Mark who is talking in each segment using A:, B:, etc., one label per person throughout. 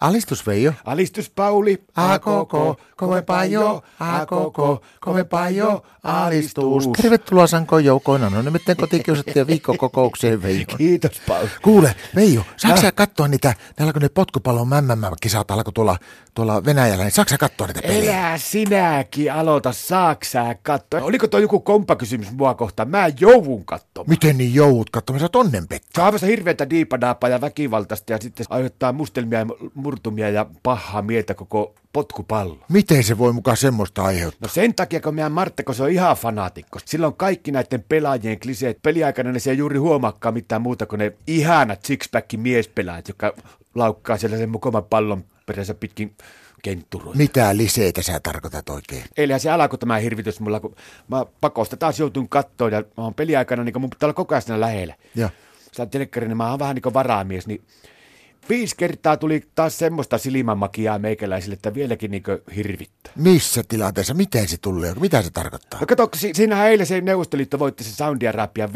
A: Alistus Veijo.
B: Alistus Pauli,
A: A koko, kovempaa jo, a koko, kovempaa jo, alistus. Tervetuloa Sanko Joukoina, no nimittäin kotikiusattu ja viikkokokoukseen Veijo.
B: Kiitos Pauli.
A: Kuule, Veijo, saako sä katsoa niitä, täällä kun ne potkupallon MM-kisat alkoi tuolla, tuolla Venäjällä, niin saako sä katsoa niitä pelejä?
B: Elä sinäkin aloita saaksää katsoa. Oliko toi joku komppakysymys mua kohtaan? Mä jouvun katsomaan.
A: Miten niin joudut katsomaan, sä oot onnenpettä.
B: Saavassa hirveätä diipadaapaa ja väkivaltaista ja sitten aiheuttaa mustelmia ja murtumia ja pahaa mieltä koko potkupallo.
A: Miten se voi mukaan semmoista aiheuttaa?
B: No sen takia, kun meidän Martta, kun se on ihan fanaatikko. Silloin kaikki näiden pelaajien kliseet. Peliaikana ne se ei juuri huomaakaan mitään muuta kuin ne ihanat sixpack miespelaajat, jotka laukkaa sellaisen mukavan pallon peränsä pitkin kentturoita.
A: Mitä liseitä sä tarkoitat oikein?
B: Eilähän se alkoi tämä hirvitys mulla, kun mä pakosta taas joutun kattoon ja mä oon peliaikana, niin kun mun pitää olla koko ajan siinä lähellä.
A: Joo.
B: Sitä telkkarin, mä oon vähän niin kuin varamies, niin viisi kertaa tuli taas semmoista silmänmakiaa meikäläisille, että vieläkin niin hirvittää.
A: Missä tilanteessa, miten se tulee, mitä se tarkoittaa?
B: No kato, kun si- siinähän eilen se Neuvostoliitto voitti se Soundia Rapian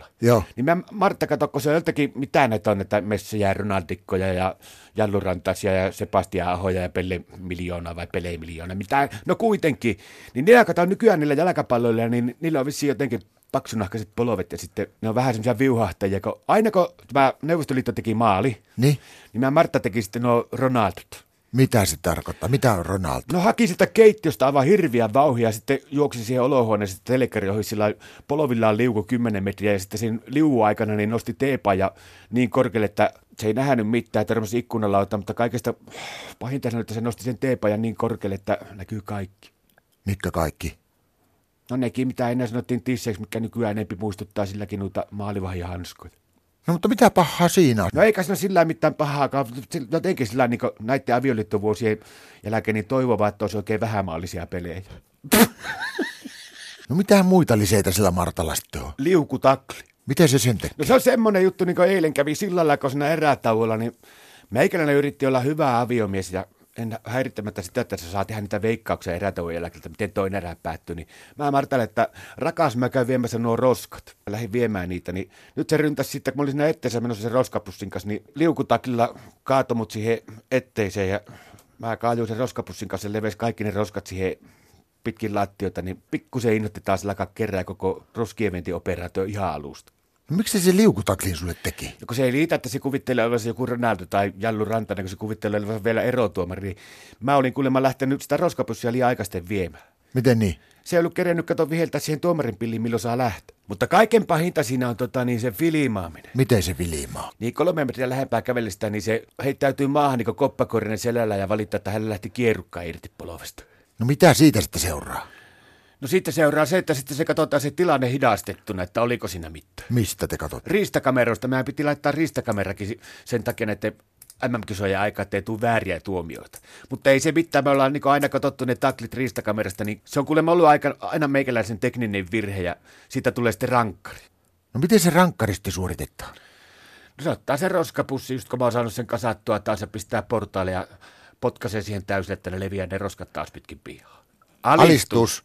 B: 5-0.
A: Joo.
B: Niin mä, Martta, kato, kun se on joltakin, mitä näitä on, että Messejä, Ronaldikkoja ja Jallurantasia ja Sebastian Ahoja ja Pelle Miljoona vai Pele Miljoona, mitä, no kuitenkin. Niin ne kato nykyään niillä jalkapalloilla, niin niillä on vissiin jotenkin paksunahkaiset polovet ja sitten ne on vähän semmoisia viuhahtajia. Kun aina kun tämä Neuvostoliitto teki maali,
A: Niin,
B: niin mä Martta teki sitten nuo Ronaldot.
A: mitä se tarkoittaa, mitä on Ronaldo?
B: No haki sitä keittiöstä aivan hirviä vauhia ja sitten juoksi siihen olohuoneeseen sitten telkkari ohi sillä lailla polovillaan liuku 10 metriä ja sitten sen liuuaikana niin nosti teepaja niin korkealle, että se ei nähnyt mitään, törmäsi ikkunalauta, mutta kaikesta pahinta on, että se nosti sen teepajan niin korkealle, että näkyy kaikki.
A: Mitkä kaikki?
B: No nekin, mitä ennen sanottiin tisseiksi, mikä nykyään enempi muistuttaa silläkin noita maalivahihanskoja.
A: No mutta mitä pahaa siinä on?
B: No eikä siinä sillä lailla mitään pahaakaan. Sillä- Jotenkin sillä lailla, niin näiden avioliittovuosien jälkeen niin toivovat, että olisi oikein vähämaallisia pelejä.
A: No mitä muita liseitä sillä Martalla sitten on?
B: Liukutakli.
A: Miten se sen tekee?
B: No se on semmoinen juttu, niin kuin eilen kävi sillä lailla, kun siinä erätauolla, niin meikäläinen yritti olla hyvä aviomies ja en häirittämättä sitä, että se saa tehdä niitä veikkauksia erätauon jälkeen, että miten toinen erä päättyy, niin mä Martalle, että rakas, mä käyn viemässä nuo roskat. Mä lähdin viemään niitä, niin nyt se ryntäsi sitten, kun mä olin siinä eteessä menossa sen roskapussin kanssa, niin liukutakilla kaatoi mut siihen etteiseen ja mä kaajuin sen roskapussin kanssa ja levesin kaikki ne roskat siihen pitkin lattiota, niin pikkusen innotti taas alkaa kerää koko roskieventioperaatio ihan alusta.
A: No miksi se liukutaklin sulle teki?
B: Ja kun se ei liitä, että se kuvittelee olevansa joku Ronaldo tai Jallu Rantanen, kun se kuvittelee olevansa vielä erotuomari, niin mä olin kuulemma lähtenyt sitä roskapussia liian aikaisten viemään.
A: Miten niin?
B: Se ei ollut kerennyt kato viheltää siihen tuomarin pilliin, milloin saa lähteä. Mutta kaiken pahinta siinä on tota, niin se filimaaminen.
A: Miten se vilimaa?
B: Niin kolme metriä lähempää kävellistä, niin se heittäytyy maahan niin koppakorinen selällä ja valittaa, että hän lähti kierukka irti polovesta.
A: No mitä siitä sitten seuraa?
B: No sitten seuraa se, että sitten se katsotaan se tilanne hidastettuna, että oliko siinä mitään.
A: Mistä te katsotte?
B: Ristakameroista. Meidän piti laittaa ristakamerakin si- sen takia näiden MM-kisojen aikaa, ettei tule vääriä tuomioita. Mutta ei se mitään, me ollaan niin aina katsottu ne taklit ristakamerasta, niin se on kuulemma ollut aika, aina meikäläisen tekninen virhe ja siitä tulee sitten rankkari.
A: No miten se rankkaristi suoritetaan?
B: No se ottaa sen roskapussi, just kun mä oon saanut sen kasattua taas ja pistää portaille ja potkaisee siihen täysille, että ne leviää ne roskat taas pitkin pihaa.
A: Alistus.